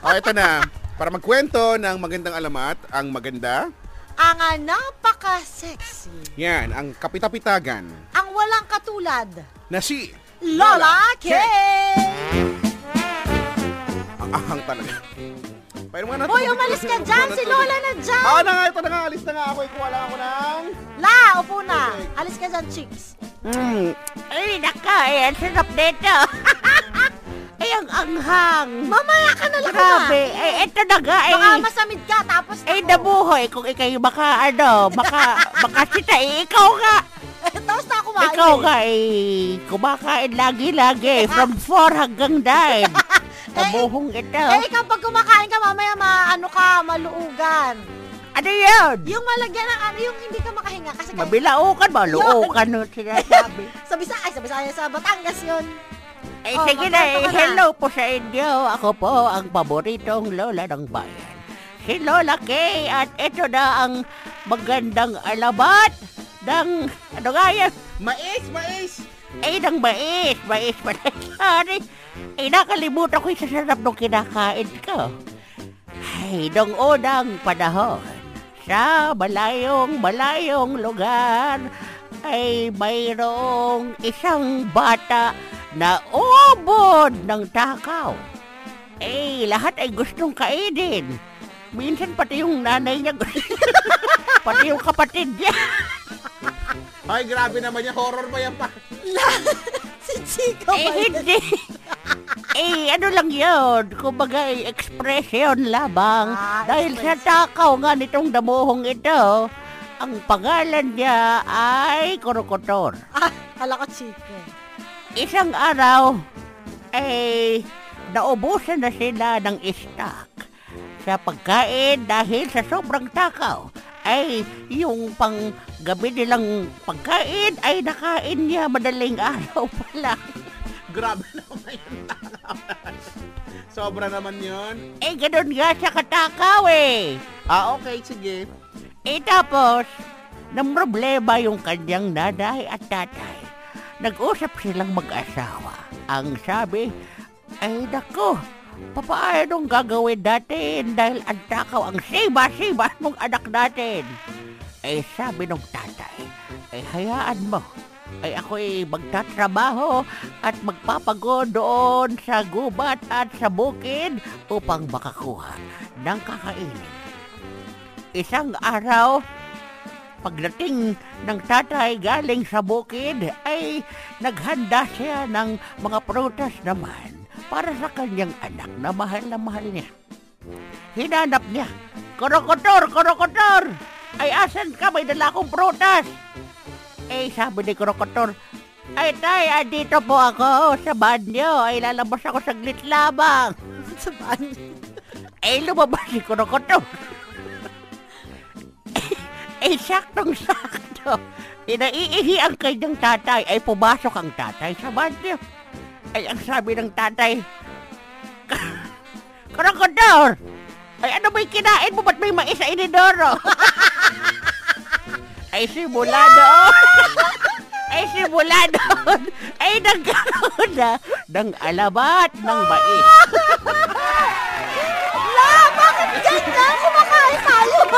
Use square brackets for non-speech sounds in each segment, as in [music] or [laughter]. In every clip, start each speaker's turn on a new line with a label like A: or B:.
A: O, Oh, ito na. Para magkwento ng magandang alamat, ang maganda,
B: Ang ah, napaka-sexy,
A: yan, ang kapitapitagan
B: ang walang katulad,
A: na si
B: Lola K!
A: Ang ahang talaga. Pero mga
B: Hoy, umalis ka dyan! Si Lola na dyan!
A: Ah, na nga, ito na nga, alis na nga ako. Ikuha lang ako ng...
B: La, upo na! Alis ka dyan, chicks!
A: Mm.
C: Ay, naka, eh, ang sarap nito. [laughs] ay, ang anghang.
B: Mamaya ka na lang
C: Grabe.
B: na!
C: Ay, eto na nga, ay.
B: Baka masamid ka, tapos
C: Ay,
B: na ako.
C: nabuhoy. Kung ikay baka, ano, baka, baka sita, eh, ikaw nga.
B: [laughs] tapos na ako kumain.
C: Ikaw nga, eh, kumakain lagi-lagi. eh, From 4 hanggang 9. Nabuhong ito.
B: Eh, ikaw pag kumakain ka, mamaya maano ka, maluugan.
C: Ano yun?
B: Yung malagyan ng ano, yung hindi ka makahinga. Kasi [laughs] kahit-
C: Mabilaukan, maluukan nung sinasabi.
B: sa Bisa, ay, sa Bisaya, sa Batangas yun. [laughs]
C: Ay,
B: Oh,
C: sige na,
B: magkwento
C: eh,
B: ka na.
C: hello po sa inyo. Ako po ang paboritong lola ng bayan. Si Lola Kay at ito na ang magandang alabat ng, ano nga yan?
A: Mais, mais!
C: Ay, ng mais, mais pala. Sorry. Ay, eh, nakalimutan ko yung sasarap nung kinakain ko. Ay, nung unang panahon, sa malayong malayong lugar, ay mayroong isang bata na ubod ng takaw. Eh, lahat ay gustong kainin. Minsan pati yung nanay niya, [laughs] gusto- pati yung kapatid niya.
A: Ay, grabe naman yan. Horror pa yan pa. [laughs]
B: Si Chico
C: [laughs] eh,
B: ba yun?
C: hindi. eh, ano lang yun? Kumbaga, eh, expression labang.
B: Ah,
C: Dahil sa
B: expression.
C: takaw nga nitong damuhong ito, ang pangalan niya ay Kurokotor.
B: Ah, kala ko Chico.
C: Isang araw, eh, naubusan na sila ng stock sa pagkain dahil sa sobrang takaw. Ay, yung pang gabi nilang pagkain ay nakain niya madaling [laughs] araw pa lang.
A: Grabe naman yun. Sobra naman yun.
C: Eh, ganun nga siya katakaw eh.
A: Ah, okay. Sige.
C: Eh, tapos, nang problema yung kanyang nanay at tatay. Nag-usap silang mag-asawa. Ang sabi, ay nako, papaanong gagawin natin dahil ang takaw ang siba-siba [laughs] mong anak natin. Eh, sabi nung tatay, ay hayaan mo. Ay ako'y magtatrabaho at magpapagod doon sa gubat at sa bukid upang makakuha ng kakainin. Isang araw, pagdating ng tatay galing sa bukid, ay naghanda siya ng mga prutas naman para sa kanyang anak na mahal na mahal niya. Hinanap niya, Korokotor! Korokotor! Ay, asan ka? May dala akong prutas! Eh, sabi ni Korokotor, ay, tay, ah, dito po ako sa banyo. Ay, lalabas ako saglit lamang.
B: [laughs] Sa banyo.
C: Eh, lumabas si Kurokoto. eh, saktong-sakto. Inaiihi ang kanyang tatay. Ay, pumasok ang tatay sa banyo. Ay, ang sabi ng tatay, [laughs] Kurokotor! Ay, ano ba'y kinain mo? Ba't may mais sa inidoro? [laughs] ay, simula doon. [laughs] ay, simula doon. Ay, nagkaroon na ng alabat ng mais.
B: [laughs] La, bakit ganyan? Kumakain tayo.
C: [laughs]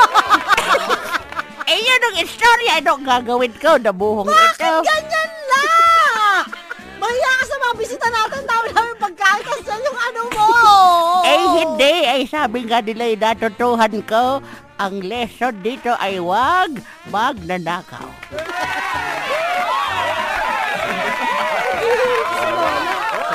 C: Eh, yun ang istorya. Ano ang gagawin ko? Nabuhong ito.
B: Bakit ganyan, La? Mahiya ka sa mga bisita natin. Dami namin pagkain kasi yan yung ano mo.
C: Eh, hindi. Ay, sabi nga nila yung natutuhan ko, ang lesson dito ay wag magnanakaw.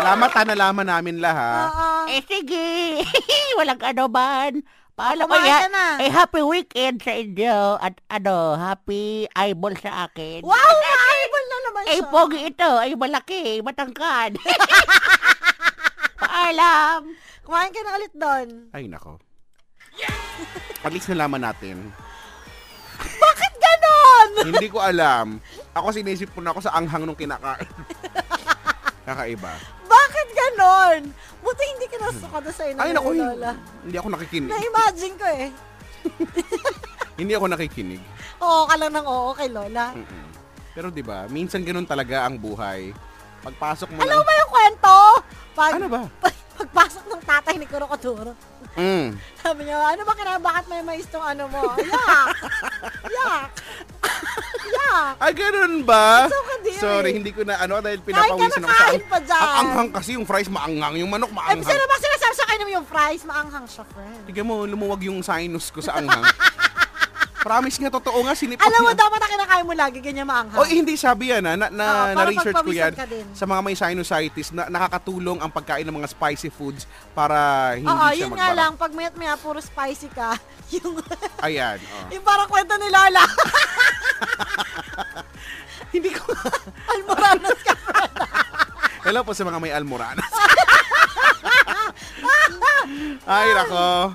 A: Salamat ha, nalaman namin lahat.
B: Ah,
C: Eh, sige. [laughs] Walang ano man. Paalam
B: Kumain
C: kaya.
B: ka na.
C: Eh, happy weekend sa inyo. At ano, happy eyeball sa akin. [laughs]
B: wow, maibol na naman
C: Eh,
B: siya.
C: pogi ito. Ay, malaki. Matangkad. [laughs] Paalam.
B: Kumain ka na ulit doon.
A: Ay, nako. At least nalaman natin.
B: Bakit ganon?
A: Hindi ko alam. Ako sinisip ko na ako sa anghang nung kinakain. Kakaiba.
B: Bakit ganon? Buti hindi ka nasuka doon sa inyo.
A: Ay, naku. hin-
B: Lola.
A: Hindi ako nakikinig.
B: Na-imagine ko eh.
A: Hindi ako nakikinig.
B: Oo ka lang ng oo kay Lola. Ano
A: Mm-mm. Pero 'di ba, minsan ganun talaga ang buhay. Pagpasok mo
B: Alam
A: ng-
B: mo ba yung kwento? Pag,
A: Ano ba?
B: Pag, Pagpasok ng tatay ni Kurokodoro,
A: Mm.
B: sabi niya, ano ba kaya bakit may mais tong ano mo? Yak! Yak! Yak!
A: Ay, ganun ba?
B: It's so kadiri.
A: Sorry, hindi ko na ano dahil
B: Kahit ka
A: pinapawisan ako sa...
B: nakain pa dyan.
A: Ang anghang kasi yung fries maanghang, yung manok
B: Eh,
A: maanghang.
B: sino ba sinasabi sa kanya yung fries? Maanghang siya, friend.
A: Tignan mo, lumuwag yung sinus ko sa
B: [laughs]
A: anghang. Promise nga, totoo nga, sinipot
B: Alam mo,
A: nga.
B: dapat ang kinakain mo lagi, ganyan maanghang.
A: O eh, hindi sabi yan ha, na, na,
B: Oo, para
A: research ko
B: pagpawisan
A: yan
B: ka din.
A: sa mga may sinusitis na nakakatulong ang pagkain ng mga spicy foods para hindi
B: Oo,
A: siya
B: yun nga
A: magbarak.
B: lang, pag mayat maya puro spicy ka, [laughs] yung,
A: Ayan.
B: [laughs]
A: oh.
B: yung parang kwento ni Lola, [laughs]
A: hindi ko [laughs]
B: almoranas ka. [laughs]
A: Hello po sa mga may almoranas. Ay, nako.